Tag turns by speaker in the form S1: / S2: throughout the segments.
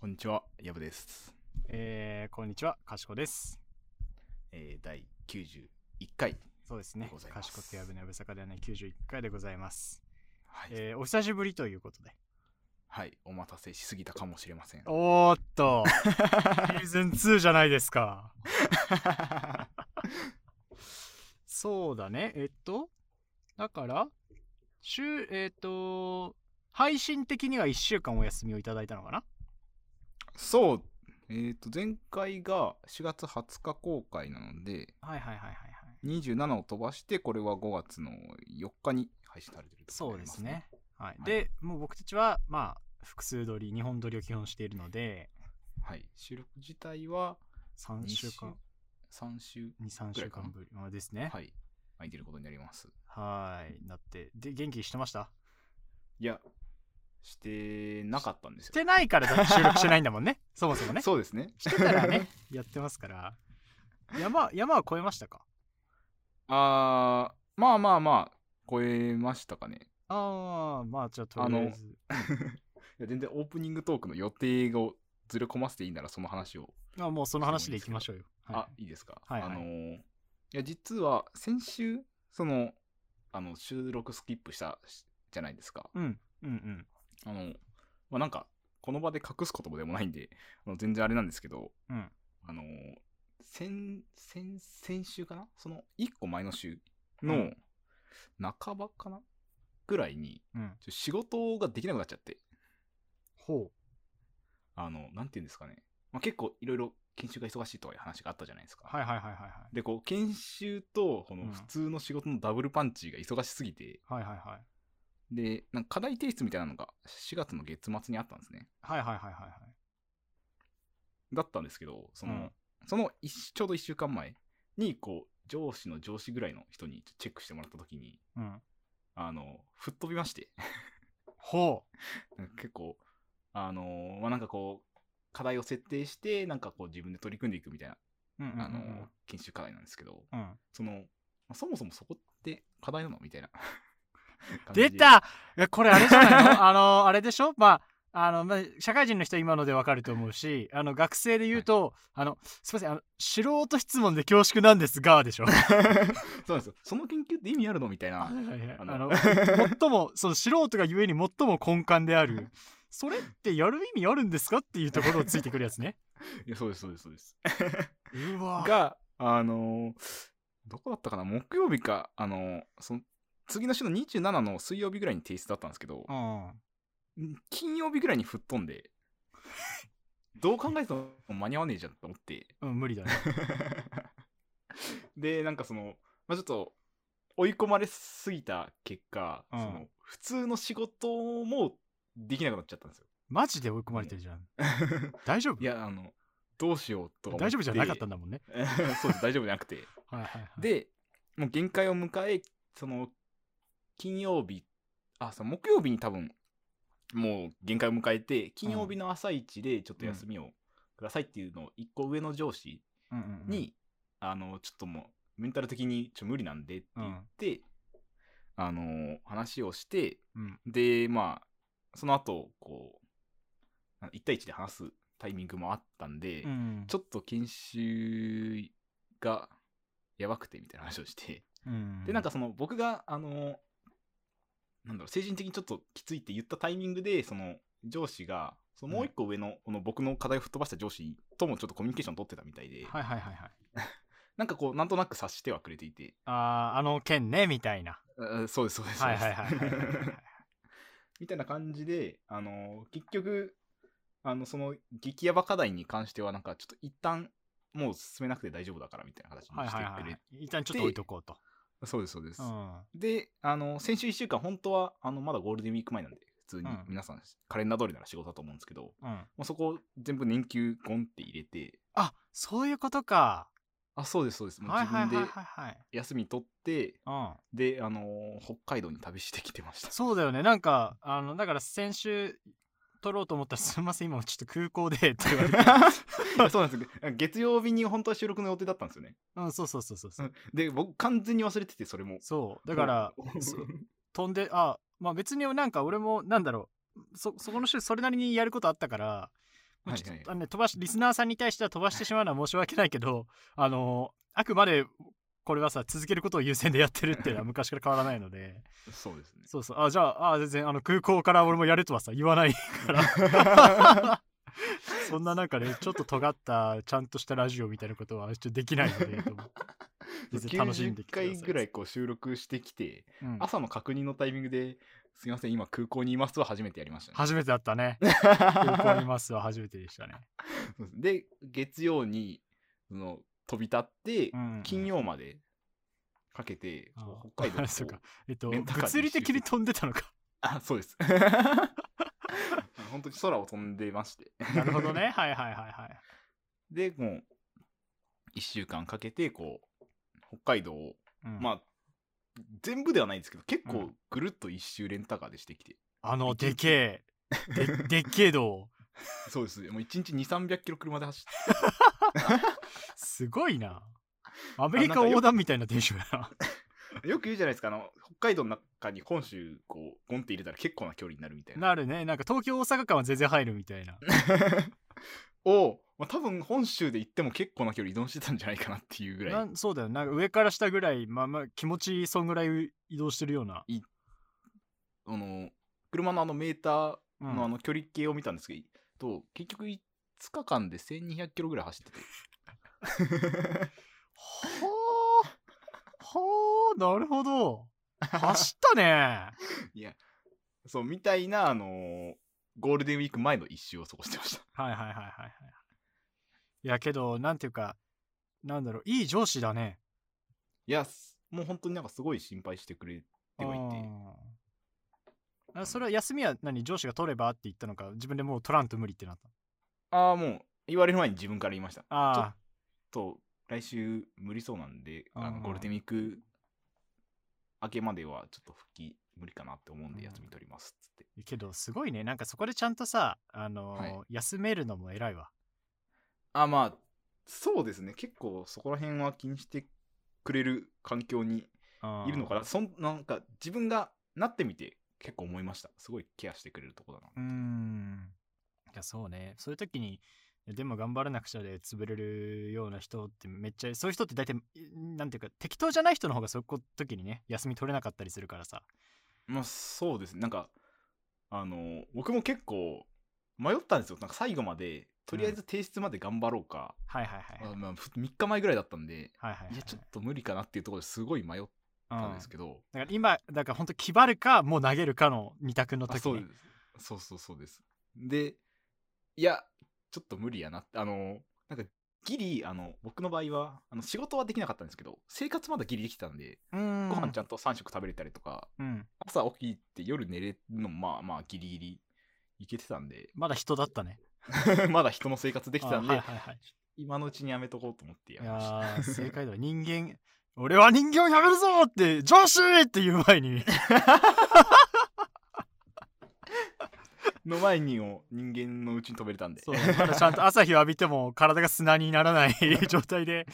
S1: こんにちは、やぶです。
S2: えー、こんにちは、かしこです。
S1: えー、第91回。
S2: そうですね
S1: ござい。ま
S2: か
S1: す
S2: しことやぶのやぶさかではない91回でございます。
S1: はい、
S2: えー、お久しぶりということで。
S1: はい、お待たせしすぎたかもしれません。
S2: おーっ と、シーズン2じゃないですか。そうだね。えっと、だから、週、えっと、配信的には1週間お休みをいただいたのかな
S1: そう、えー、と、前回が4月20日公開なので、
S2: はいはいはいはいはい。
S1: 27を飛ばして、これは5月の4日に配信されてるとこ
S2: そ
S1: ろ
S2: う
S1: にな
S2: で
S1: ります
S2: ね。。はい、で、もう僕たちは、まあ、複数撮り、2本撮りを基本しているので、
S1: はい、収録自体は
S2: 3週間、
S1: 3週、
S2: 2、
S1: ぐら
S2: 3週
S1: いかな
S2: 間ぶりまあですね。
S1: はい、空いてることになります。
S2: はーい。だって、で、元気してました
S1: いや、してなかったんです
S2: し
S1: よ。
S2: てないか らだって収録してないんだもんね。そもそもね。
S1: そうですね。
S2: してた らね、やってますから。山、山は越えましたか
S1: あーまあまあまあ超えましたかね
S2: ああ、まあ、じゃあとりあえず。
S1: いや全然オープニングトークの予定をずれ込ませていいならその話を、
S2: あもうその話でいきましょうよ。
S1: あ
S2: はい
S1: いですか、
S2: はいはい
S1: あのーいや実は先週そのあの収録スキップしたしじゃないですか
S2: い。うん、うん、うん。
S1: あのまあなんかこの場で隠すことでもないんであの全然あれなんですけど
S2: うん。
S1: あのー先先先週かなその1個前の週の
S2: う
S1: 半ばかなぐらいに
S2: うん。
S1: ちょ仕事ができなくなっちゃって
S2: ほ
S1: あの、なんていうんですかね。まあ、結構いろいろ研修が忙しいとかいう話があったじゃないですか。
S2: う。はいはいはいはいはい。
S1: で、こう、研修と、こ
S2: う
S1: の
S2: ん
S1: 普通の仕事のダブルパンチが忙しすぎて、
S2: はいはいはい。
S1: で、なんか課題提出みたいなのが4月の月末にあったんですね。
S2: はいはいはいはいはい。
S1: だったんですけど、その、
S2: うん
S1: その一ちょうど1週間前に、こう、上司の上司ぐらいの人にチェックしてもらった時に、
S2: うん。
S1: あの、吹っ飛びまして、
S2: ほ
S1: なんか結構、あのーまあ、なんかこう、課題を設定して、なんかこう自分で取り組んでいくみたいな、
S2: う。うんうんうんうん。
S1: あのー研修課題なんですけど、
S2: うん、
S1: その、まあそもそもそこって課題なのみた いな感じで。
S2: 出たえこれあれじゃないの あのあれでしょまああの、まあ、社会人の人は今のでわかると思うしあの学生で言うと、あのすいませんあの素人質問で恐縮なんです がでしょはい
S1: そうなんですよ。その研究って意味あるのみたいな。
S2: はいはい
S1: あ
S2: あ
S1: の
S2: の最もその素人がゆえに最も根幹であるそれってやる意味あるんですかっていうところをついてくるや つね
S1: いやそうです、そうです、そうです。
S2: うわ
S1: が、あのーどこだったかな木曜日か、あのーその、次の週の27の水曜日ぐらいに提出だったんですけど
S2: う、ん
S1: 金曜日ぐらいに吹っ飛んで、どう考えても間に合わねえじゃんと思って、
S2: うん、無理だね
S1: でなんかその、まあ、ちょっと追い込まれすぎた結果、
S2: うん
S1: その普通の仕事もできなくなっちゃったんですよ
S2: マジで追い込まれてるじゃん 大丈夫
S1: いやあのどうしようとか
S2: 大丈夫じゃなかったん
S1: だ
S2: だもんね
S1: そうです大丈夫じゃなくて
S2: はいはいはい
S1: でもう限界を迎えその金曜日あそう木曜日に多分もう限界を迎えて金曜日の朝一でちょっと休みをくださいっていうのを一個上の上司
S2: うんうんうん
S1: に、あのちょっともうメンタル的にちょ無理なんでって言って、あの話をして
S2: うん
S1: でまあその後こう1対1で話すタイミングもあったんで、
S2: うん
S1: ちょっと研修がやばくてみたいな話をして、
S2: うん
S1: でなんかその僕があのなんだろう精神的にちょっときついって言ったタイミングでその上司がそのもう一個上のこの僕の課題を吹っ飛ばした上司ともちょっとコミュニケーション取ってたみたいで、
S2: はいはいはいはい
S1: なんかこう、なんとなく察してはくれていて、
S2: あーあの件ねみたいな
S1: あそうです、そうです。
S2: はいはいはい
S1: そう
S2: はい
S1: で
S2: はいはい
S1: すみたいな感じで、あの結局、あの、その激ヤバ課題に関しては、なんかちょっと一旦、もう進めなくて大丈夫だからみたいな話
S2: はい
S1: にして
S2: はい
S1: く
S2: は
S1: れ、
S2: い一旦ちょっと置いとこうと、
S1: そうです、そうです。
S2: うん、
S1: で、あの、先週1週間、本当は、あの、まだゴールデンウィーク前なんで、普通に
S2: うん
S1: 皆さん、カレンダー通りなら仕事だと思うんですけど、も
S2: うん、
S1: うそこ全部年休ゴンって入れて、
S2: あそういうことか
S1: あ、そうです、そうです。もう
S2: はい
S1: 自
S2: はい
S1: 分
S2: は
S1: で
S2: いはい
S1: 休み取って、
S2: はい、
S1: で、あの北海道に旅してきてまし
S2: う
S1: た
S2: ん、。そうだよねなんかあのだから先週撮ろうと思ったら「すみません今ちょっと空港で」って言われ て
S1: そうなんですよ月曜日に本当は収録の予定だったんですよね。
S2: うんそうそうそうそうそう
S1: うんで、僕完全に忘れてて、それも。
S2: そうだから
S1: もう
S2: そ 飛んであまあ別になんか俺もなんだろうそそこの週それなりにやることあったからまあ
S1: はい
S2: ちょっ
S1: はい
S2: とあのね飛ばしリスナーさんに対しては飛ばしてしまうのは申し訳ないけど、あのあくまでこれはさ続けることを優先でやってるっていう のは昔から変わらないので
S1: そうですね。
S2: そうそうあじゃああ全然あの空港から俺もやるとはさ言わないから そんななんかねちょっと尖ったちゃんとしたラジオみたいなことはちょっとできないのでと思う 全然楽しんで
S1: 90
S2: きてください
S1: 回ぐらいこう収録してきて、
S2: うん
S1: 朝の確認のタイミングで、すいません、今空港にいますは初めてやりましたね。
S2: 初めてだったね空港にい ますは初めてでしたね、
S1: そうですで、月曜にその飛び立って、
S2: うん、
S1: 金曜までかけて、
S2: あ
S1: こう北海道
S2: そう
S1: こ
S2: か
S1: う
S2: えっと
S1: レンタカーで一周
S2: 物理的に飛んでたのか
S1: あそうです 本当に空を飛んでまして
S2: なるほどね はいはいはいはい
S1: でもう1週間かけてこう北海道を、
S2: うん
S1: まあ全部ではないんですけど結
S2: う
S1: 構
S2: ん
S1: ぐるっと一周レンタカーでしてきて、
S2: あの、
S1: 一日
S2: でけえ、ででっけえ道を。
S1: そうですもう1日2 3 0 0キロ車で走っ
S2: すごいな。アメリカ横断みたいなテンションやな。
S1: て よく言うじゃないですかあの北海道の中に本州こうゴンって入れたら結構な距離になるみたいな
S2: なるね。なんか東京、大阪間は全然入るみたいな。
S1: を、まあ、多分本州で行っても結構な距離移動してたんじゃないかなっていうぐら
S2: ないんそうだよね。なんか上から下ぐらい、まあまあ気持ちいい、そんぐらい移動してるような。
S1: あの車のあのメーター
S2: うん
S1: のあの距離計を見たんですけど、結局5日間で1200キロぐらい走ってて
S2: ほー、はー、なるほど。走ったね。
S1: いやそうみたいなあのーゴールデンウィーク前の一周を過ごしてま した
S2: はいはいはいはいはい。いや、けど、なんていうか、なんだろう、いい上司だね。
S1: いやすもう本当になんかすごい心配してくれてはいて
S2: あーあそれは休みは何上司が取ればって言ったのか自分でもう取らんと無理ってなった
S1: ああもう言われる前に自分から言いました
S2: あ
S1: と来週無理そうなんであ
S2: あー
S1: のゴールデンウィーク明けまではちょっと復帰無理かなって思うんで休み取りますっつって、
S2: あけどすごいねなんかそこでちゃんとさ、あのー
S1: はい
S2: 休めるのも偉いわ
S1: あまあそうですね結構そこら辺は気にしてくれる環境にいるのか
S2: な
S1: なそんなんか自分がなってみて結構思いましたすごいケアしてくれるとこだな
S2: うーんいやそうねそういう時にでも頑張らなくちゃで潰れるような人ってめっちゃそういう人って大体なんていうか適当じゃない人の方がそういう時にね休み取れなかったりするからさ
S1: まあそうですねなんかあの僕も結構迷ったんですよなんか最後までとりあえず提出まで頑張ろうか、
S2: はいはいはいはい
S1: あまあ、3日前ぐらいだったんで
S2: はいはい
S1: いやちょっと無理かなっていうところですごい迷ったんですけど、
S2: だから今だから本当気張るかもう投げるかの二択の
S1: あ
S2: 時
S1: そう
S2: に
S1: ですそうそうそうですでいやちょっと無理やなってあのなんかギリあの僕の場合はあの仕事はできなかったんですけど生活まだギリできてたんで
S2: ご
S1: ご飯ち
S2: ゃ
S1: ゃんと3食食べれたりとか、
S2: ん、うん、
S1: 朝起きて夜寝れるのもまあまあギリギリいけてたんで
S2: まだ人だったね
S1: まだ人の生活できてたんで、
S2: あはいはいはい
S1: 今のうちにやめとこうと思ってや
S2: い
S1: めました
S2: やー正解だわ人間俺は人間をやめるぞーって上司っていう前に
S1: の前にを人間のうちに飛べれたんで
S2: そうまだちゃんと朝日を浴びても体が砂になら ない状態で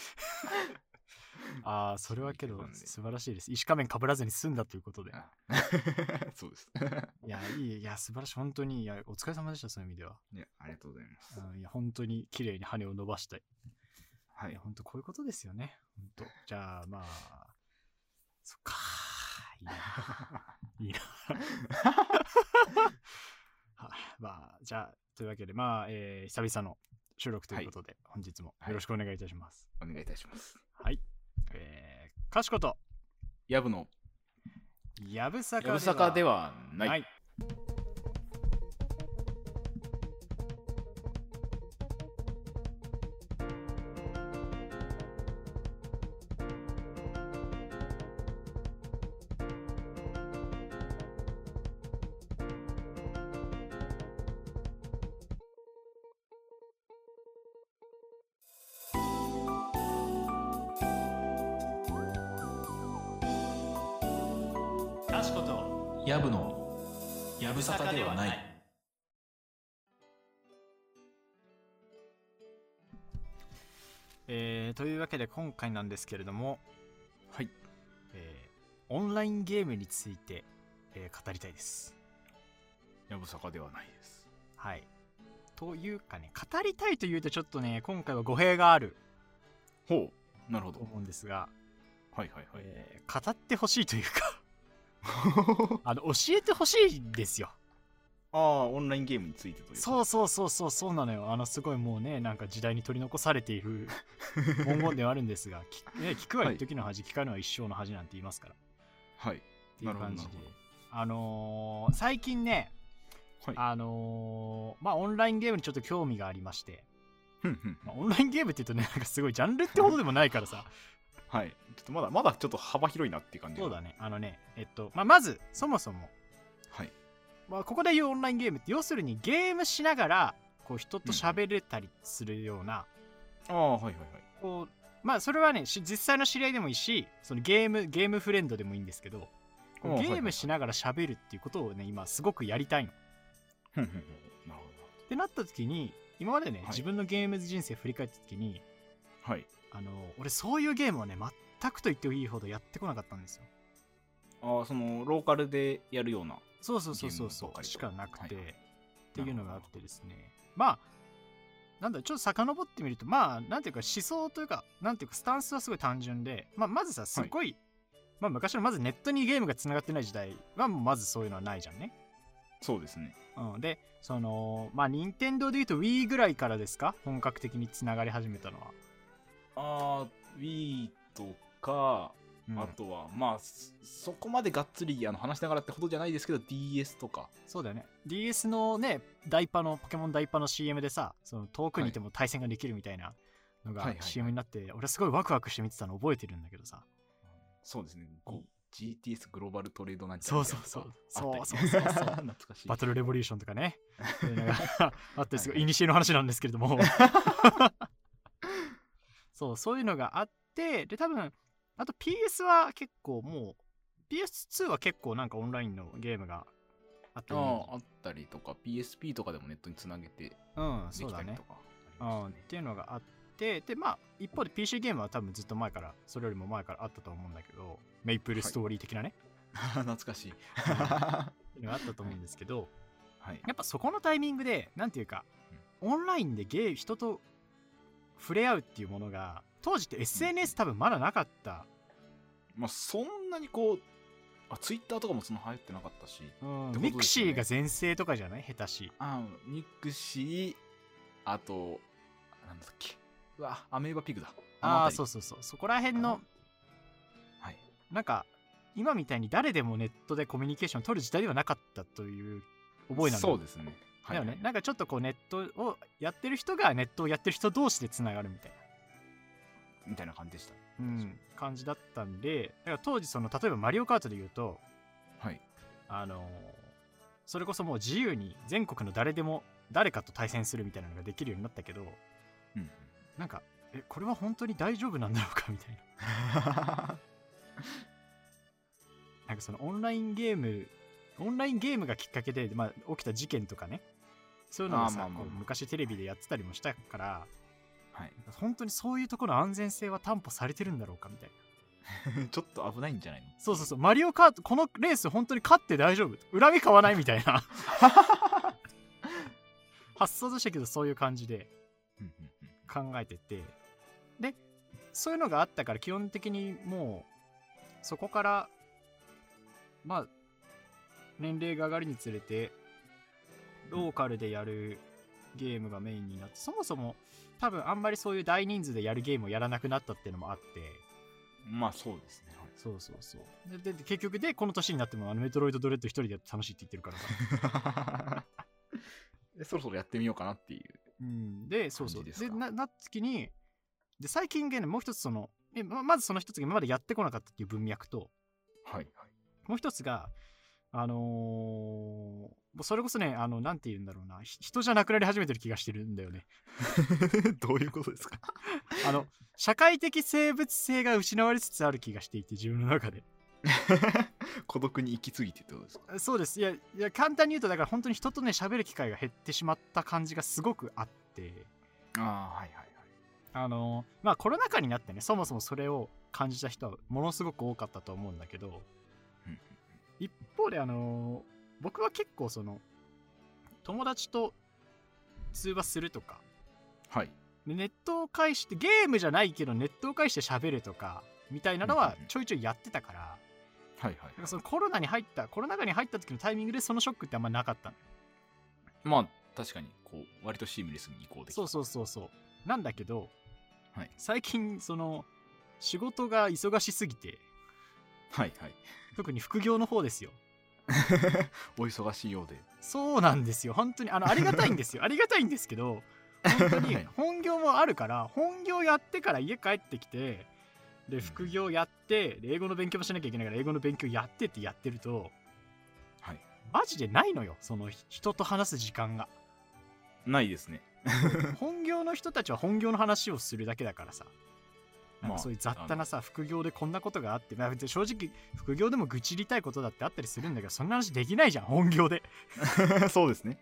S2: ああそれはけど素晴らしいです石仮面かぶらずに済んだということで
S1: あ そうです
S2: いやいいいや素晴らしい本当にいやお疲れ様でしたそういう意味ではい
S1: やありがとうございます、
S2: うんいや本当に綺麗に羽を伸ばしたい
S1: はいい
S2: や、本当こういうことですよね。本当。じゃあ、まあ、そっか。いいな。いいな。はまあ、じゃあ、というわけで、まあ、えー久々の収録ということで、本日もよろしくお願いいたします。
S1: お願いいたします
S2: はい。えー、かしこと、
S1: やぶの
S2: やぶさか
S1: やぶさかではない、
S2: はい。かしこと、
S3: やぶのやぶさかではない
S2: えーというわけで今回なんですけれども、
S1: はい
S2: えーオンラインゲームについて、えー語りたいです。
S1: やぶさかではないです
S2: はい。というかね語りたいというとちょっとね今回は語弊がある
S1: ほう。なるほ
S2: と
S1: ど。
S2: 思うんですが、
S1: はいはいはい。
S2: えー語ってほしいというかあの教えてほしいんですよ
S1: ああ、オンラインゲームについてというか。
S2: そうそうそうそうそうなのよあのすごいもうねなんか時代に取り残されて いる文言ではあるんですが聞,、ね、聞くは一時の恥、聞かぬは一生の恥なんて言いますから
S1: はい。
S2: っていう感じ
S1: なるほどなる
S2: で
S1: ほど
S2: あのー最近ね
S1: はい。
S2: あのーまあオンラインゲームにちょっと興味がありまして、
S1: ふんふんふん
S2: まあ、オンラインゲームって言うとねなんかすごいジャンルってほどでもないからさ
S1: はい。ちょっとまだ、まだちょっと幅広いなっていう感じが
S2: そうだねあのねえっと、まあ、まずそもそも、
S1: はい。
S2: まあ、ここで言うオンラインゲームって要するにゲームしながらこう人と喋れたりするような、
S1: ああ、はいはいはい。
S2: こうまあそれはねし実際の知り合いでもいいしそのゲームゲームフレンドでもいいんですけどこう
S1: ああ
S2: ゲームしながら喋るっていうことをね今すごくやりたいの。
S1: ふんふんふんなるほ
S2: ってなった時に今までね、
S1: はい
S2: 自分のゲーム人生振り返った時に
S1: ど。はい。
S2: あの俺そういうゲームをね全くと言っていいほどやってこなかったんですよ
S1: ああ、その、ローカルでやるような。
S2: そうそうそうそうそ
S1: ゲームばか
S2: う
S1: りと
S2: しかなくて、
S1: はいはい
S2: っていうのがあってですねまあなんだちょっと遡ってみるとまあなんていうか思想というかなんていうかスタンスはすごい単純で、まあ、まずさすっごい、まあ、昔のまずネットにゲームがつながってない時代はもうまずそういうのはないじゃんね、
S1: そうですね。
S2: うん、でそのまあ任天堂でいうと Wii ぐらいからですか本格的につながり始めたのは、
S1: ああ、Wii とか、
S2: うん
S1: あとは、まあ、そそこまでがっつりあの話しながらってほどじゃないですけど、DS とか。
S2: そうだよね DS のねダイパのポケモンダイパの CM でさその遠くにいても対戦ができるみたいな
S1: は
S2: の
S1: いは
S2: が
S1: いはい
S2: CM になって、俺すごいワクワクして見てたの覚えてるんだけ どさ、
S1: そうですね。
S2: お
S1: GTS グローバルトレードなんちゃ
S2: そう
S1: らみた
S2: そ
S1: いうな
S2: そう
S1: の
S2: そ
S1: と
S2: う
S1: かあ
S2: そう
S1: ったり
S2: そうそう
S1: 懐かしい。
S2: バトルレボリューションと かねそういうのがあってすごい
S1: はいはい
S2: 古の話なんですけれど もそうそういうのがあってで多分あと PS は結構もう PS2 は結構なんかオンラインのゲームがあった
S1: あ
S2: り
S1: ああったりとか、PSP とかでもネットにつなげてで
S2: うん
S1: き
S2: そう
S1: た
S2: だ
S1: り
S2: ね
S1: とかあり
S2: うん
S1: ま
S2: っ
S1: したね。
S2: ていうのがあってでまあ一方で PC ゲームは多分ずっと前からそれよりも前からあったと思うんだけどメイプルストーリー的なね、
S1: 懐かしい。 は
S2: っていうのがあったと思うんですけど、
S1: い。
S2: やっぱそこのタイミングでなんていうかオンラインでゲー人と触れ合うっていうものが当時って SNS 多分まだなかった、
S1: まあ、そんなにこう、あ、Twitter とかもそんな流行ってなかったし、
S2: うん
S1: ってことですよね
S2: ミクシーが全盛とかじゃない下手し
S1: あミクシー、あと、なんだっけ。うわ、アメーバピグだ。
S2: ああーそう
S1: う。
S2: そうそうそこら辺の
S1: はい。
S2: なんか今みたいに誰でもネットでコミュニケーション取る時代ではなかったという覚えなんだ
S1: そうですね。は
S2: だ
S1: い
S2: よ
S1: はい
S2: ね、なんかちょっとこうネットをやってる人がネットをやってる人同士でつながるみたい
S1: みたいな感じでした。
S2: な、感じだったんでだから当時その例えば「マリオカート」で言うと
S1: はい。
S2: あのーそれこそもう自由に全国の誰でも誰かと対戦するみたいなのができるようになったけど
S1: うんうん。
S2: なんかえこれは本当に大丈夫なんだろうかみたいな なんかそのオンラインゲームオンラインゲームがきっかけで、まあ、起きた事件とかねそういうのがさ
S1: あーまあまあ
S2: こう昔テレビでやってたりもしたから
S1: はい、
S2: 本当にそういうところの安全性は担保されてるんだろうかみたいな
S1: ちょっと危ないんじゃないの
S2: そうそうそうマリオカートこのレース本当に勝って大丈夫恨み買わないみたいな発想としたけどそういう感じで
S1: うんうんうん
S2: 考えててでそういうのがあったから基本的にもうそこからまあ年齢が上がるにつれてローカルでやるゲームがメインになってそもそも多分あんまりそういう大人数でやるゲームをやらなくなったっていうのもあって
S1: まあそうですね。
S2: そうそうそうででで結局でこの年になってもあのメトロイドドレッド一人でやって楽しいって言ってるからさ、
S1: はいそろそろやってみようかなっていう。
S2: うん、でそうそう
S1: 感じ
S2: で
S1: ですか
S2: ななった時にで最近ゲームもう一つそのえままずその一つが今までやってこなかったっていう文脈と
S1: はいはい。
S2: もう一つがあのーもうそれこそねあのなんて言うんだろうなひ人じゃなくなり始めてる気がしてるんだよね
S1: どういうことですか
S2: あ の社会的生物性が失われつつある気がしていて自分の中で
S1: 孤独に行き過ぎてってことですか
S2: そうですいやいや簡単に言うとだから本当に人とね喋る機会が減ってしまった感じがすごくあって
S1: ああ、はいはいはい。
S2: あのまあコロナ禍になってねそもそもそれを感じた人はものすごく多かったと思うんだけど
S1: うん
S2: 一方であの僕は結構その友達と通話するとか
S1: はい。
S2: でネットを介してゲームじゃないけどネットを介して喋るとかみたいなの
S1: うん
S2: は
S1: うんうん
S2: ちょいちょいやってたから
S1: はい
S2: なん
S1: は
S2: かそのコロナに入ったコロナ禍に入った時のタイミングでそのショックってあんまなかったの
S1: い。まあ、確かに、こう、割とシームレスに移行できた。
S2: そうそうそうそうなんだけど、
S1: はい
S2: 最近その仕事が忙しすぎて
S1: はいはい。
S2: 特に副業の方ですよ
S1: お忙しいようで。
S2: そうなんですよ本当にあのありがたい んですよありがたいんですけど本当に
S1: はい
S2: 本業もあるから本業やってから家帰ってきてで副業やってで英語の勉強もしなきゃいけないから英語の勉強やってってやってると
S1: はい。
S2: マジでないのよその人と話す時間 が
S1: ないですね。
S2: 本業の人たちは本業の話をするだけだからさなんかそういう雑多なさ副業でこんなことがあって、まあ、別に正直副業でも愚痴りたいことだってあったりするんだけどそんな話できないじゃん本業で
S1: な。 そうですね。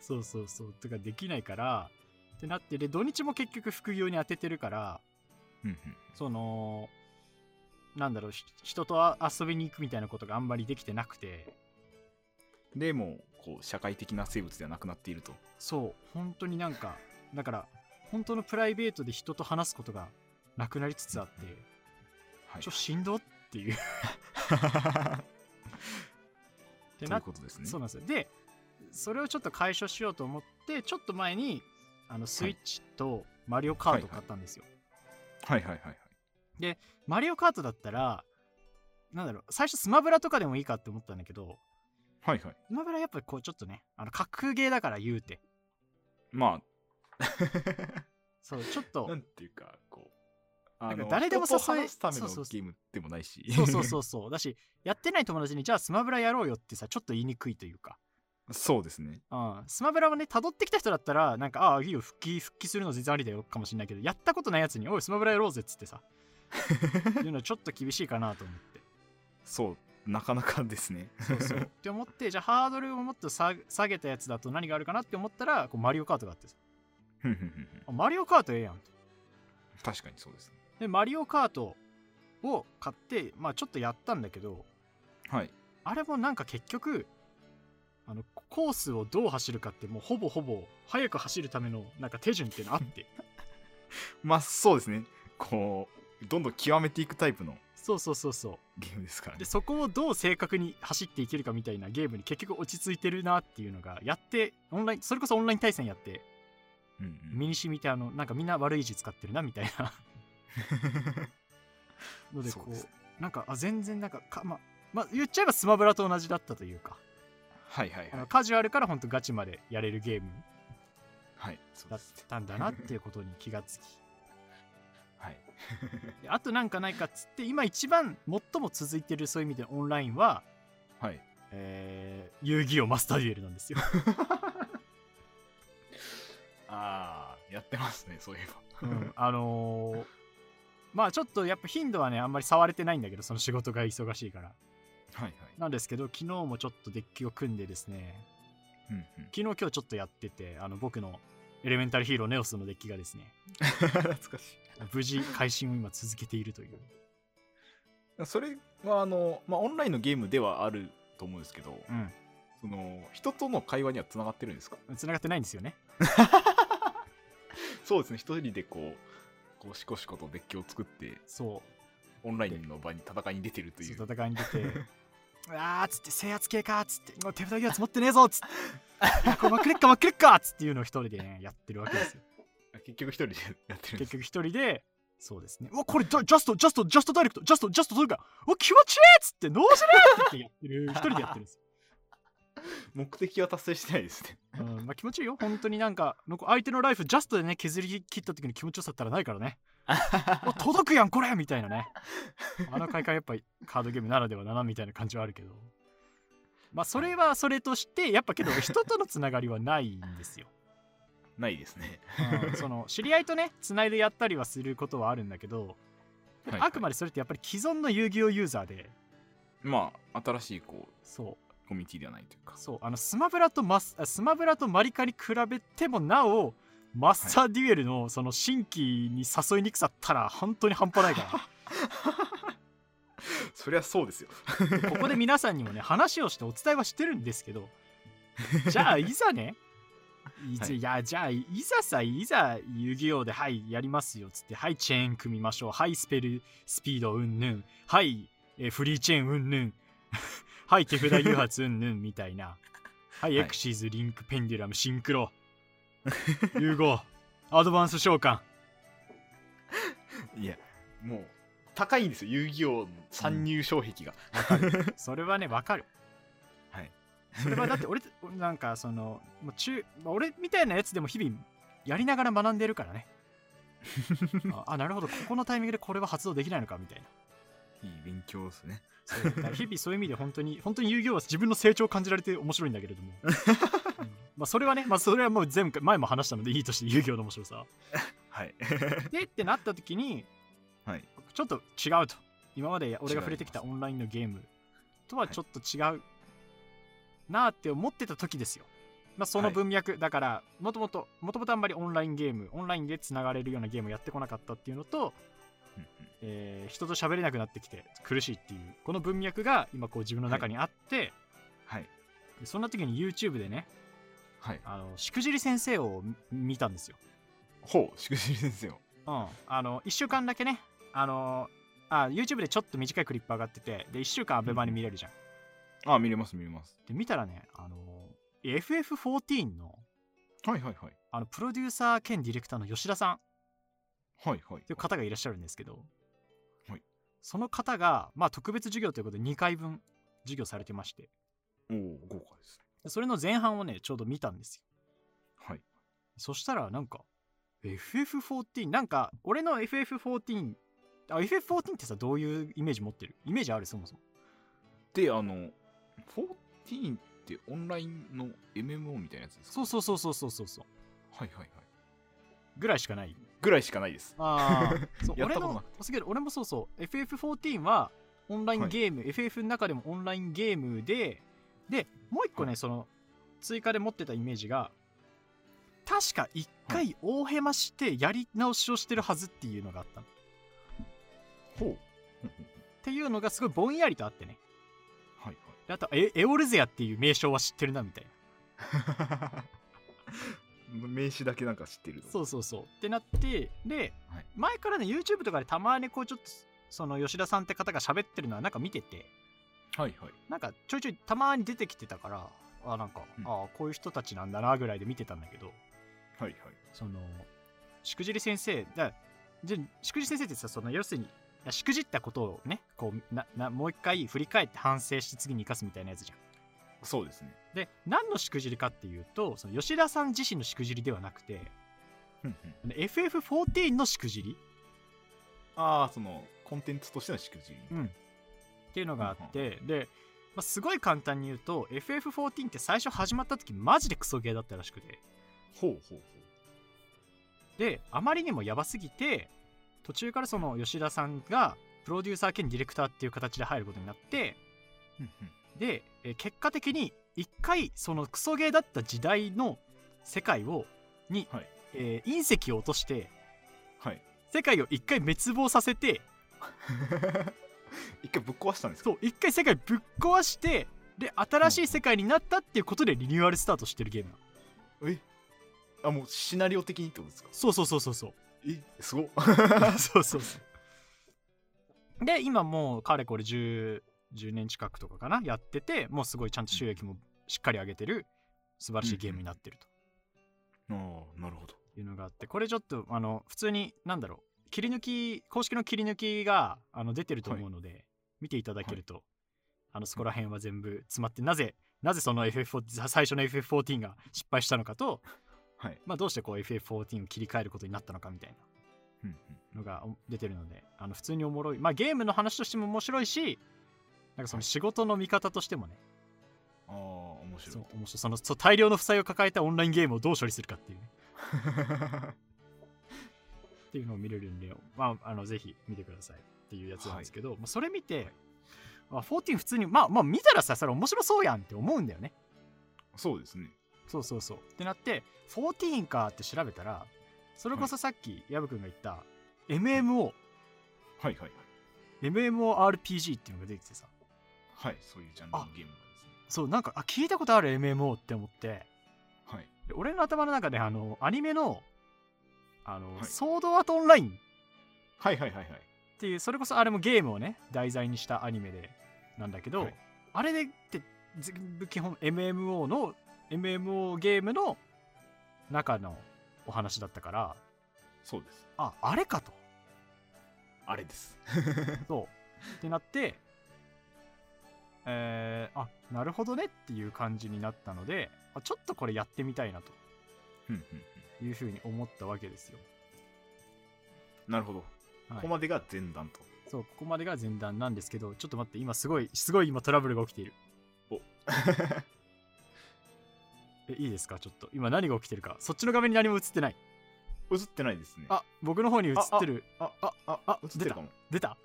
S2: そうそうそうとかできないからってなってで土日も結局副業に当ててるから
S1: うんうん
S2: そのなんだろうひ人とあ遊びに行くみたいなことがあんまりできてなくて
S1: でもう、こう、社会的な生物ではなくなっていると。
S2: そう本当になんかだから本当のプライベートで人と話すことがなくなりつつあって
S1: はい
S2: ちょ。 しんどっていうっ
S1: と
S2: て
S1: い
S2: な
S1: う
S2: っ
S1: ことですね。
S2: そうなんですよでそれをちょっと解消しようと思ってちょっと前にあのスイッチとマリオカートを買ったんですよ、
S1: はいはいはいはい。
S2: マリオカートだったらなんだろう最初スマブラとかでもいいかって思ったんだけど
S1: はいはい。
S2: スマブラやっぱりこうちょっとねあの格ゲーだから言うて
S1: ま
S2: そうちょっ
S1: あ、な
S2: と
S1: んていうか、こう、
S2: なんか
S1: あの
S2: 誰でも
S1: 人と
S2: 誘え
S1: 話すための
S2: そうそうそう
S1: ゲームでもないし。
S2: そうそうそう そうだしやってない友達にじゃあスマブラやろうよってさちょっと言いにくいというか、
S1: そうですね。
S2: うん、スマブラはね辿ってきた人だったらなんかああいいよ復帰復帰するの全然ありだよかもしれないけどやったことないやつにおいスマブラやろうぜっつってさ いうのはちょっと厳しいかなと思って
S1: そう、なかなかですね。
S2: そうそうって思ってじゃあハードルをもっと下げ下げたやつだと何があるかなって思ったらこうマリオカートがあってさ
S1: ふんふんふんふん
S2: あマリオカートええやんと
S1: 確かにそうですね。
S2: でマリオカートを買ってまあちょっとやったんだけど
S1: はい。
S2: あれもなんか結局あのコースをどう走るかってもうほぼほぼ速く走るためのなんか手順っていうのあって
S1: まあ、そうですね。こう、どんどん極めていくタイプの
S2: そうそうそうそ
S1: ゲームですから
S2: う
S1: ね
S2: で。そこをどう正確に走っていけるかみたいなゲームに結局落ち着いてるなっていうのがやってオンラインそれこそオンライン対戦やって
S1: うんうん
S2: ミニシミってあのなんかみんな悪い字使ってるなみたいなので
S1: そ
S2: こ
S1: う
S2: う
S1: ですね
S2: なんかあ全然なんかかまま言っちゃえばスマブラと同じだったというか、
S1: はいはい
S2: あ
S1: は
S2: の
S1: い。
S2: カジュアルからほんとガチまでやれるゲーム
S1: はい。そう
S2: だ
S1: で
S2: っ
S1: す。
S2: たんだなっていうことに気がつき
S1: はい。
S2: であとなんかないかっつって今一番最も続いてるそういう意味でのオンラインは、
S1: はい。
S2: えー遊戯王マスターデュエルなんですよ、
S1: ああ、やってますね、そういえば。
S2: うんあのーまあちょっとやっぱ頻度はねあんまり触れてないんだけどその仕事が忙しいから
S1: はいはい。
S2: なんですけど、昨日もちょっとデッキを組んでですね、
S1: うんうん。
S2: 昨日今日ちょっとやってて、あの僕のエレメンタルヒーローネオスのデッキがですね、
S1: 懐かしい。
S2: 無事配信を今続けているという。
S1: それはあの、まあ、オンラインのゲームではあると思うんですけど、
S2: うん。
S1: その人との会話にはつながってるんですか
S2: 繋がってないんですよね。
S1: そうですね一人でこうこうしこしことデッキを作って
S2: そ
S1: オンラインの場に戦いに出てると
S2: う。
S1: い
S2: そうう戦いに出て、 あーっつって制圧系かっつって、もう手札が積もってねえぞっつって、 いやこれまくれっかまくれっかっつっていうのを一人でね、やってるわけ ですよ。
S1: 結局一人でやってるんで
S2: 結
S1: す
S2: 局一人で、そうですね。うわ、これジャジャスト、ジャスト、ジャストダイレクト、ジャスト、ジャスト取るか、うわ、気持ちいいっつって、ノージュレーって言ってやってる、一人でやってるんですよ
S1: 目的は達成してないですね
S2: うん、まあ気持ちいいよ本当になんかのこ相手のライフジャストでね削り切った時の気持ちよさったらないから ねあ届くやんこれみたいなねあの快感やっぱりカードゲームならではだなみたいな感じはあるけどまあそれはそれとしてやっぱけど人とのつながりはないんですよ、
S1: ないですね
S2: うんその知り合いとねつないでやったりはすることはあるんだけど、
S1: はい
S2: あくまでそれってやっぱり既存の遊戯王ユーザーで
S1: まあ新しいこ
S2: そう
S1: うコミュニティではないというか
S2: そうあのスマブラとマスあスマブラとマリカに比べてもなおマスターデュエルのその新規に誘いにくさったら本当に半端ないか
S1: そりゃそうですよ
S2: らここ で皆さんにもね話をしてお伝えはしてるんですけどじゃあいざねい
S1: は
S2: つ
S1: い
S2: いやじゃあいざさいざ遊戯王ではいやりますよっつってはいチェーン組みましょうはいスペルスピードうんぬんはいえーフリーチェーンうんぬん はい手札誘発うんぬんみたいなはい、
S1: はい
S2: エクシーズリンクペンデュラムシンクロ融合アドバンス召喚
S1: いや、もう、高いんですよ、遊戯王の参入障壁が。
S2: それはねわかる
S1: はい
S2: それはだって俺俺 なんかそのもう中、まあ俺みたいなやつでも日々やりながら学んでるか らねああなるほどここのタイミングでこれは発動できないのかみたいない
S1: い勉強ですね。
S2: そうだから日々そういう意味で本当に本当に遊戯王は自分の成長を感じられて面白いんだけれ ども、うんまあそれはね、まあ、それはもう前回前も話したのでいいとして遊戯王の面白さ
S1: はい。
S2: でってなった時に
S1: はい。
S2: ちょっと違うと今まで俺が触れてきた
S1: 違い
S2: オンラインのゲームとはちょっと違うなあって思ってた時ですよ、まあ、その文脈、だからもともともともとあんまりオンラインゲームオンラインでつながれるようなゲームやってこなかったっていうのと、
S1: うん
S2: えー人と喋れなくなってきて苦しいっていうこの文脈が今こう自分の中にあって、
S1: はい。
S2: でそんな時に YouTube でね
S1: はい。
S2: あのしくじり先生を見見たんですよ、
S1: ほう、しくじりですよ。
S2: うん、あの1週間だけねあのあ YouTube でちょっと短いクリップ上がっててで1週間アベマに見れるじゃん、
S1: あ、見れます、見れます。
S2: で見たらねあの FF14 の
S1: はいはいはい。
S2: あのプロデューサー兼ディレクターの吉田さん
S1: はいはい
S2: という。方がいらっしゃるんですけど、
S1: はい
S2: その方が、まあ、特別授業ということで2回分授業されてまして
S1: おお、豪華です。
S2: でそれの前半をねちょうど見たんですよ
S1: はい。
S2: そしたらなんか FF14 なんか俺の FF14 あ FF14 ってさどういうイメージ持ってるイメージあるそもそも
S1: で、あの、14ってオンラインの MMO みたいなやつですか
S2: そうそうそうそうそうそうそう
S1: はいはいはい。
S2: ぐらいしかない
S1: ぐらいしかないです。
S2: ああそ う
S1: やっ
S2: 俺
S1: たこと
S2: の
S1: な
S2: すげえ俺もそうそう FF14 はオンラインゲーム、FF の中でもオンラインゲームででもう一個ね、その追加で持ってたイメージが確か一回大ヘマしてやり直しをしてるはずっていうのがあったのっ
S1: ほう。
S2: ていうのがすごいぼんやりとあってね
S1: はい
S2: であとエエオルゼアっていう名称は知ってるなみたいな
S1: はい。 名刺だけなんか知ってる
S2: そうそうそうってなってで、
S1: はい
S2: 前からね YouTube とかでたまにこうちょっとその吉田さんって方が喋ってるのはなんか見てて
S1: はいはい。
S2: なんかちょいちょいたまに出てきてたからあなんか、
S1: うん
S2: あこういう人たちなんだなぐらいで見てたんだけど
S1: はいはい。
S2: そのしくじり先生だじゃしくじり先生ってさその要するにしくじったことをねこうななもう一回振り返って反省して次に生かすみたいなやつじゃん。
S1: そうですね。
S2: で何のしくじりかっていうとその吉田さん自身のしくじりではなくて
S1: うんうん
S2: あの FF14 のしくじり
S1: ああ、その、コンテンツとしてのしくじり。
S2: うんっていうのがあって、で、まあ、すごい簡単に言うと FF14 って最初始まった時マジでクソゲーだったらしくて
S1: ほうほうほう。
S2: であまりにもやばすぎて途中からその吉田さんがプロデューサー兼ディレクターっていう形で入ることになって
S1: うんうん
S2: で、えー結果的に一回そのクソゲーだった時代の世界をに、
S1: はい
S2: えー隕石を落として
S1: はい。
S2: 世界を一回滅亡させて
S1: 一回ぶっ壊したんですか
S2: そう一回世界ぶっ壊してで新しい世界になったっていうことでリニューアルスタートしてるゲームなの
S1: えあ、もうシナリオ的にってことですか
S2: そうそうそうそうそう
S1: え、す ごっ
S2: そうそうそうで今もうかれこれ 10, 10年近くとかかなやっててもうすごいちゃんと収益もしっかり上げてる素晴らしいゲームになってる
S1: ああ、なるほど。
S2: というのがあってこれちょっとあの普通になんだろう切り抜き公式の切り抜きがあの出てると思うので、見ていただけると、あのそこら辺は全部詰まってなぜなぜその FF14 最初の FF14 が失敗したのかと、
S1: はい。
S2: まあ、どうしてこう FF14 を切り替えることになったのかみたいな
S1: うんうん
S2: のがお出てるのであの普通におもろい、まあ、ゲームの話としても面白いしなんかその仕事の見方としてもね、
S1: ああ、面白
S2: そ。
S1: いう
S2: 面白いそのそう大量の負債を抱えたオンラインゲームをどう処理するかっていう、ね、っていうのを見れるんで、まあ、あのぜひ見てくださいっていうやつなんですけど、まあ、それ見て、まあ、14普通に、まあ、まあ見たらさそれ面白そうやんって思うんだよね
S1: そうですね。
S2: そうそうそうってなって14かって調べたらそれこそさっき薮君が言った MMOMMORPG
S1: はいはいはい。
S2: っていうのが出てきてさ
S1: はい、そういうジャンルのゲームがですね。
S2: そうなんかあ聞いたことある MMO って思って
S1: はい。
S2: で俺の頭の中であのアニメのあの、
S1: はい
S2: ソードアートオンライン
S1: はいはいはいはい。
S2: っていうそれこそあれもゲームをね題材にしたアニメでなんだけど、
S1: はい
S2: あれでって全部基本 MMO の MMO ゲームの中のお話だったから
S1: そうです。
S2: ああれ かと
S1: あれです。
S2: そうってなってえー、あなるほどねっていう感じになったのであちょっとこれやってみたいなと
S1: うんうんうん
S2: いうふうに思ったわけですよ
S1: なるほど。
S2: はい
S1: ここまでが前 段と。
S2: そうここまでが前段なんですけどちょっと待って今すごいすごい今トラブルが起きているえいいですかちょっと今何が起きてるかそっちの画面に何も映ってない
S1: 映ってないですね。
S2: あ僕の方に映ってる
S1: あ、
S2: あ
S1: あ、
S2: あ
S1: 映ってるかも。
S2: 出た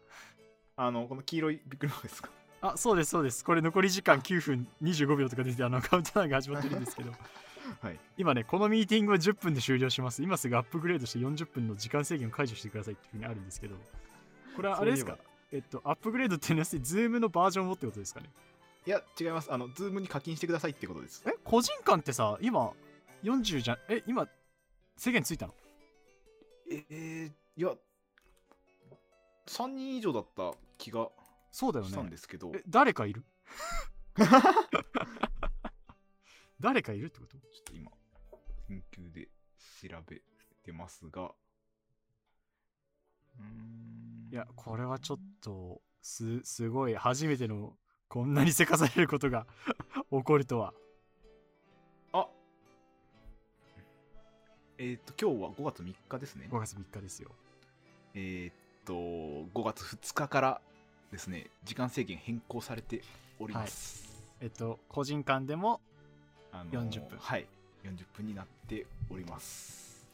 S1: あの、この黄色いビッグマークですか。
S2: あそうですそうですこれ残り時間9分25秒とか出てあのカウントダウンが始まってるんです けど
S1: はい。
S2: 今ねこのミーティングは10分で終了します今すぐアップグレードして40分の時間制限を解除してくださいっていうふうにあるんですけどこれはあれですか
S1: そうい
S2: えっとアップグレードっていうのは要するにズームのバージョンをってことですかね
S1: いや、違います。あの、ズームに課金してくださいってことです。
S2: え個人間ってさ今40じゃんえ今制限ついたの
S1: え、えーいや、3人以上だった気が
S2: そうだよ
S1: したん
S2: ね
S1: ですけど、
S2: え誰かいる誰かいるってこと
S1: ちょっと今、緊急で調べてますが、うーん
S2: いや、これはちょっとすすごい初めてのこんなにせかされることが 起こるとは
S1: あえっ、と、今日は5月3日ですね。
S2: 5月3日ですよ
S1: えーっと、5月2日からですね、時間制限変更されております。
S2: えっと個人間でも
S1: あのー
S2: 40分
S1: はい、40分になっております。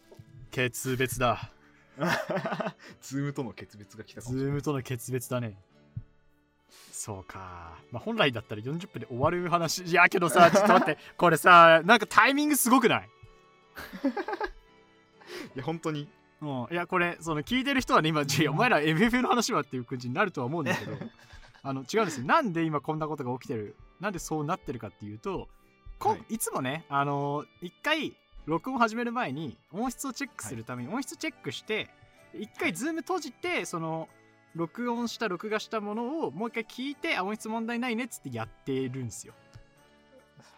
S2: 決別だ
S1: ズームとの決別が来たか
S2: ズ
S1: もしれ
S2: ー
S1: ない
S2: ムとの決別だねそうか、まあ、本来だったら40分で終わる話いやけどさちょっと待ってこれさなんかタイミングすごくない
S1: いや、本当に。
S2: うん、いやこれその聞いてる人はね今じゃあお前ら MFF の話はっていう感じになるとは思うんだけどあの違うんですよなんで今こんなことが起きてるなんでそうなってるかっていうとこ、
S1: はい
S2: い、つもねあのー一回録音始める前に音質をチェックするために音質チェックして一回ズーム閉じてその録音した録画したものをもう一回聞いてあ音質問題ないねっつってやってるんですよ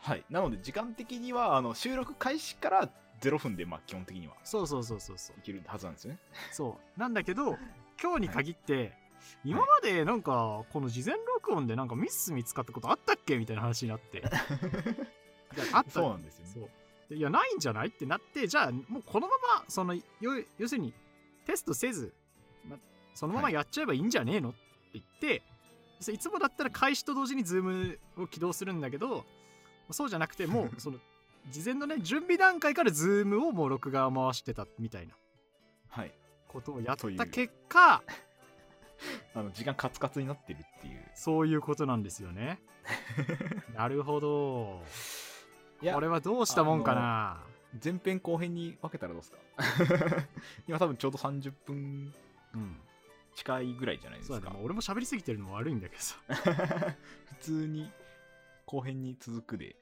S1: はい、なので、時間的にはあの収録開始から0分で、まあ、基本的には
S2: そうそうそうそうそう
S1: いけるはずなんですよね。
S2: そうなんだけど今日に限って、今までなんかこの事前録音でなんかミス見つかったことあったっけみたいな話になっ ていやあった
S1: そうなんですよね。
S2: そうでいやないんじゃないってなってじゃあもうこのままそのよ要するにテストせず、ま、そのまま
S1: はい
S2: やっちゃえばいいんじゃねえのって言ってそいつもだったら開始と同時にズームを起動するんだけどそうじゃなくてもうその事前のね準備段階からズームをもう録画を回してたみたいな
S1: はい、
S2: ことをやっ
S1: とい
S2: た
S1: う
S2: 結果
S1: あの時間カツカツになってるっていう。
S2: そういうことなんです よねなるほど
S1: いや
S2: これはどうしたもんかな
S1: 前編後編に分けたらどうですか 今多分ちょうど30分
S2: うん
S1: 近いぐらいじゃないです
S2: そうだ
S1: か
S2: ね、まあ俺も喋りすぎてるのも悪い んだけどさ
S1: 普通に後編に続くで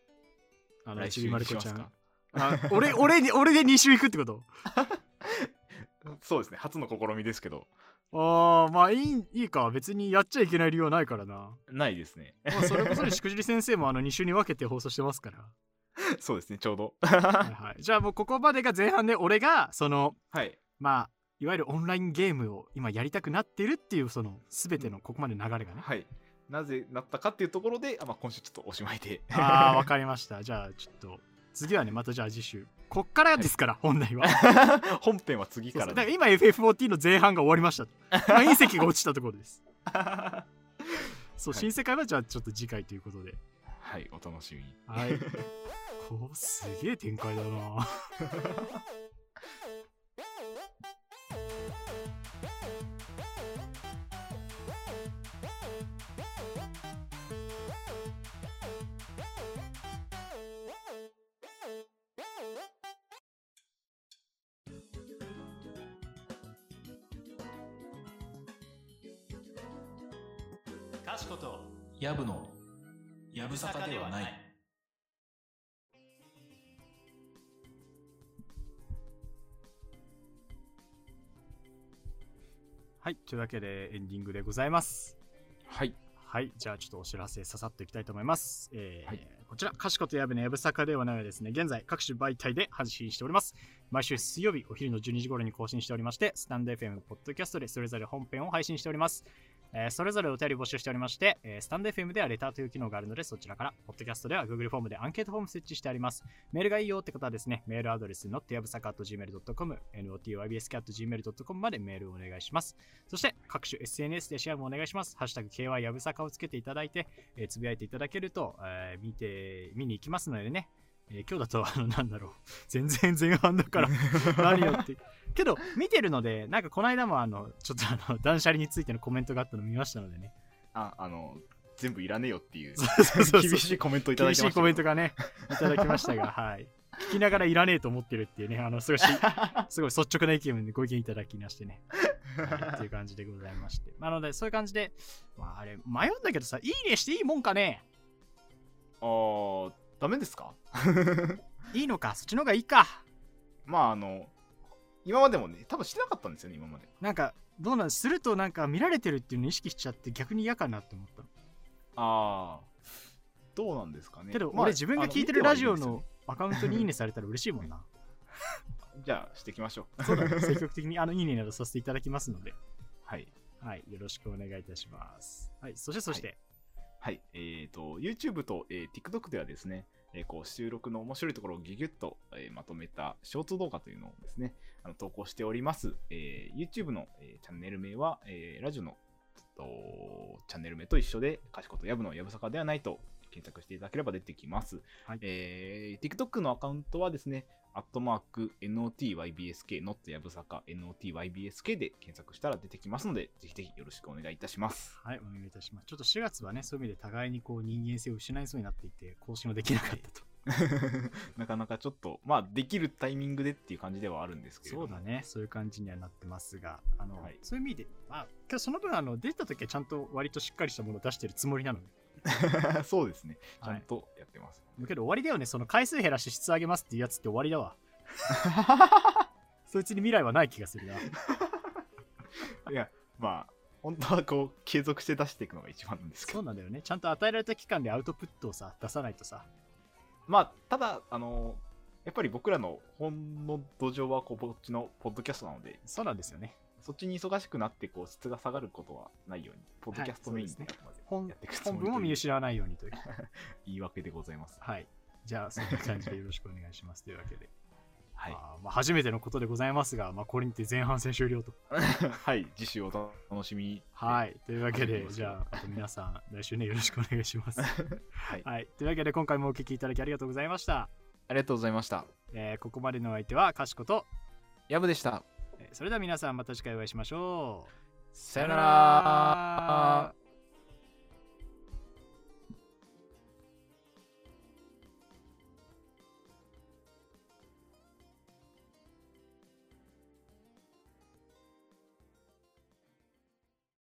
S2: あの
S1: 来
S2: ち
S1: 週
S2: びま
S1: に
S2: る
S1: し
S2: 子
S1: ま
S2: ちゃ
S1: すか
S2: んあ俺俺に俺で2週行くってこと
S1: そうですね初の試みですけど
S2: ああまあいいいいか別にやっちゃいけない理由はないからな、
S1: ないですね
S2: まあ、それこそねしくじり先生もあの2週に分けて放送してますから
S1: そうですねちょう ど
S2: はい、はい、じゃあもうここまでが前半で俺がその
S1: はい
S2: まあいわゆるオンラインゲームを今やりたくなってるっていうその全てのここまでの流れがね、
S1: はいなぜなったかっていうところで、あまあ、今週ちょっとおしまいで
S2: あ あ、わかりました。じゃあ、ちょっと、次はね、またじゃあ次週。こっからですから、本来 は。
S1: 本編は次
S2: そう
S1: か
S2: そ
S1: ら
S2: うだか ら
S1: で
S2: 今 FF14 の前半が終わりま した。隕石が落ちたところです。そう、
S1: はい
S2: 新世界はじゃあちょっと次回ということで。
S1: はいお楽しみに
S2: はい。こう、すげえ展開だな。
S3: かしことやぶのやぶさかではない
S2: はい、というわけでエンディングでございます。
S1: はい。
S2: はい、じゃあちょっとお知らせささっといきたいと思います。えー
S1: はい
S2: こちら、かしことやぶのやぶさかではないはですね、現在各種媒体で配信しております。毎週水曜日お昼の12時頃に更新しておりまして、スタンド FM のポッドキャストでそれぞれ本編を配信しております。えーそれぞれお便り募集しておりまして、えースタンド FM ではレターという機能があるので、そちらから、ポッドキャストでは Google フォームでアンケートフォーム設置してあります。メールがいいよって方はですね、メールアドレスのってやぶさか .gmail.com、notybsk.gmail.com までメールをお願いします。そして各種 SNS でシェアもお願いします。ハッシュタグ KY やぶさかをつけていただいて、えーつぶやいていただけると、えー見て、見に行きますのでね。えー今日だと、あの、なんだろう。全然前半だ から、何よって。けど、見てるので、なんかこの間も、あの、ちょっとあの、断捨離についてのコメントがあったの見ましたのでね。
S1: あ、あの、全部いらねえよっていう、
S2: そうそうそう
S1: 厳しいコメントいただ
S2: 厳
S1: き
S2: し
S1: ましたけど。
S2: いコメントがね、いただきましたが、はい。聞きながらいらねえと思ってるっていうね、あの、すごいし、すごい率直な意見でご意見いただきましてね。はいっていう感じでございまして。まあなので、そういう感じで、まあ、あれ、迷うんだけどさ、いいねしていいもんかね
S1: あー、ダメですか
S2: いいのか、そっちの方がいいか。
S1: まあ、あの、今までもね、多分してなかったんですよね、今まで。
S2: なんか、どうなんするとなんか見られてるっていうのを意識しちゃって逆に嫌かなって思ったの。
S1: あー、どうなんですかね。
S2: けど、
S1: まあ
S2: 俺自分が聞いてる
S1: あの
S2: ラジオ
S1: 見てはいるん
S2: のアカウントにいいねされたら嬉しいもんな。
S1: ですよじゃあ、していきましょう。
S2: そうだね、積極的にあのいいねなどさせていただきますので、
S1: はい。
S2: はい、よろしくお願いいたします。はい、そしてそして、
S1: はい、えっ、と、YouTube と、えー TikTok ではですね、えーこう収録の面白いところをギュギュッと、えーまとめたショート動画というのをですね、あの投稿しております。えー YouTube の、えーチャンネル名は、えーラジオの、えっとチャンネル名と一緒で、かしことやぶのやぶさかではないと検索していただければ出てきます。
S2: はい
S1: えー TikTok のアカウントはですね、アットマーク NOTYBSK、not やぶさか NOTYBSK で検索したら出てきますので、ぜひぜひよろしくお願いいたします。
S2: はい、お願いいたします。ちょっと4月はね、そういう意味で互いにこう人間性を失いそうになっていて、更新はできなかったと。
S1: なかなかちょっと、まあ、できるタイミングでっていう感じではあるんですけれど
S2: そ
S1: も
S2: うだ。ね、そういう感じにはなってますが、あの、
S1: はい
S2: そういう意味で、まあ、けどその分、あの、出た時はちゃんと割としっかりしたものを出してるつもりなので。
S1: そうですね。ちゃ
S2: は
S1: ん
S2: い。
S1: とやってます。
S2: けど終わりだよね、その回数減らして質上げますっていうやつって終わり だわ。 そいつに未来はない気がするな。
S1: い、や、まあ、本当はこう、継続して出していくのが一番なんですけ
S2: そう
S1: ど。
S2: なんだよね。ちゃんと与えられた期間でアウトプットをさ、出さないとさ。
S1: まあ、ただ、あのやっぱり僕らの本の土壌はこうこっちのポッドキャストなので、
S2: そうなんですよね。
S1: そっちに忙しくなってこう質が下がることはないように、ポッドキャストメインで
S2: そうです
S1: や
S2: 本
S1: っていくつ
S2: 本
S1: もり
S2: 文を
S1: と
S2: 見
S1: いう
S2: 失わないようにという。
S1: 言い訳でございます。
S2: はい。じゃあ、そんな感じでよろしくお願い しますというわけで。
S1: はい。
S2: あーまあ、初めてのことでございますが、まあ、これにて前半戦終了と。
S1: はい。次週お楽しみに。。
S2: はいい。というわけ
S1: あり
S2: で
S1: がとうござい、ます
S2: じゃあ、あと皆さん、来週ね、よろしくお願いし ます。
S1: はい。
S2: はい。というわけで、今回もお聞きいただきありがとうございました。
S1: ありがとうございました。
S2: えーここまでのお相手は、かしこと、
S1: ヤブでした。
S2: えーそれでは皆さん、また次回お会いしましょう。
S1: さよなら。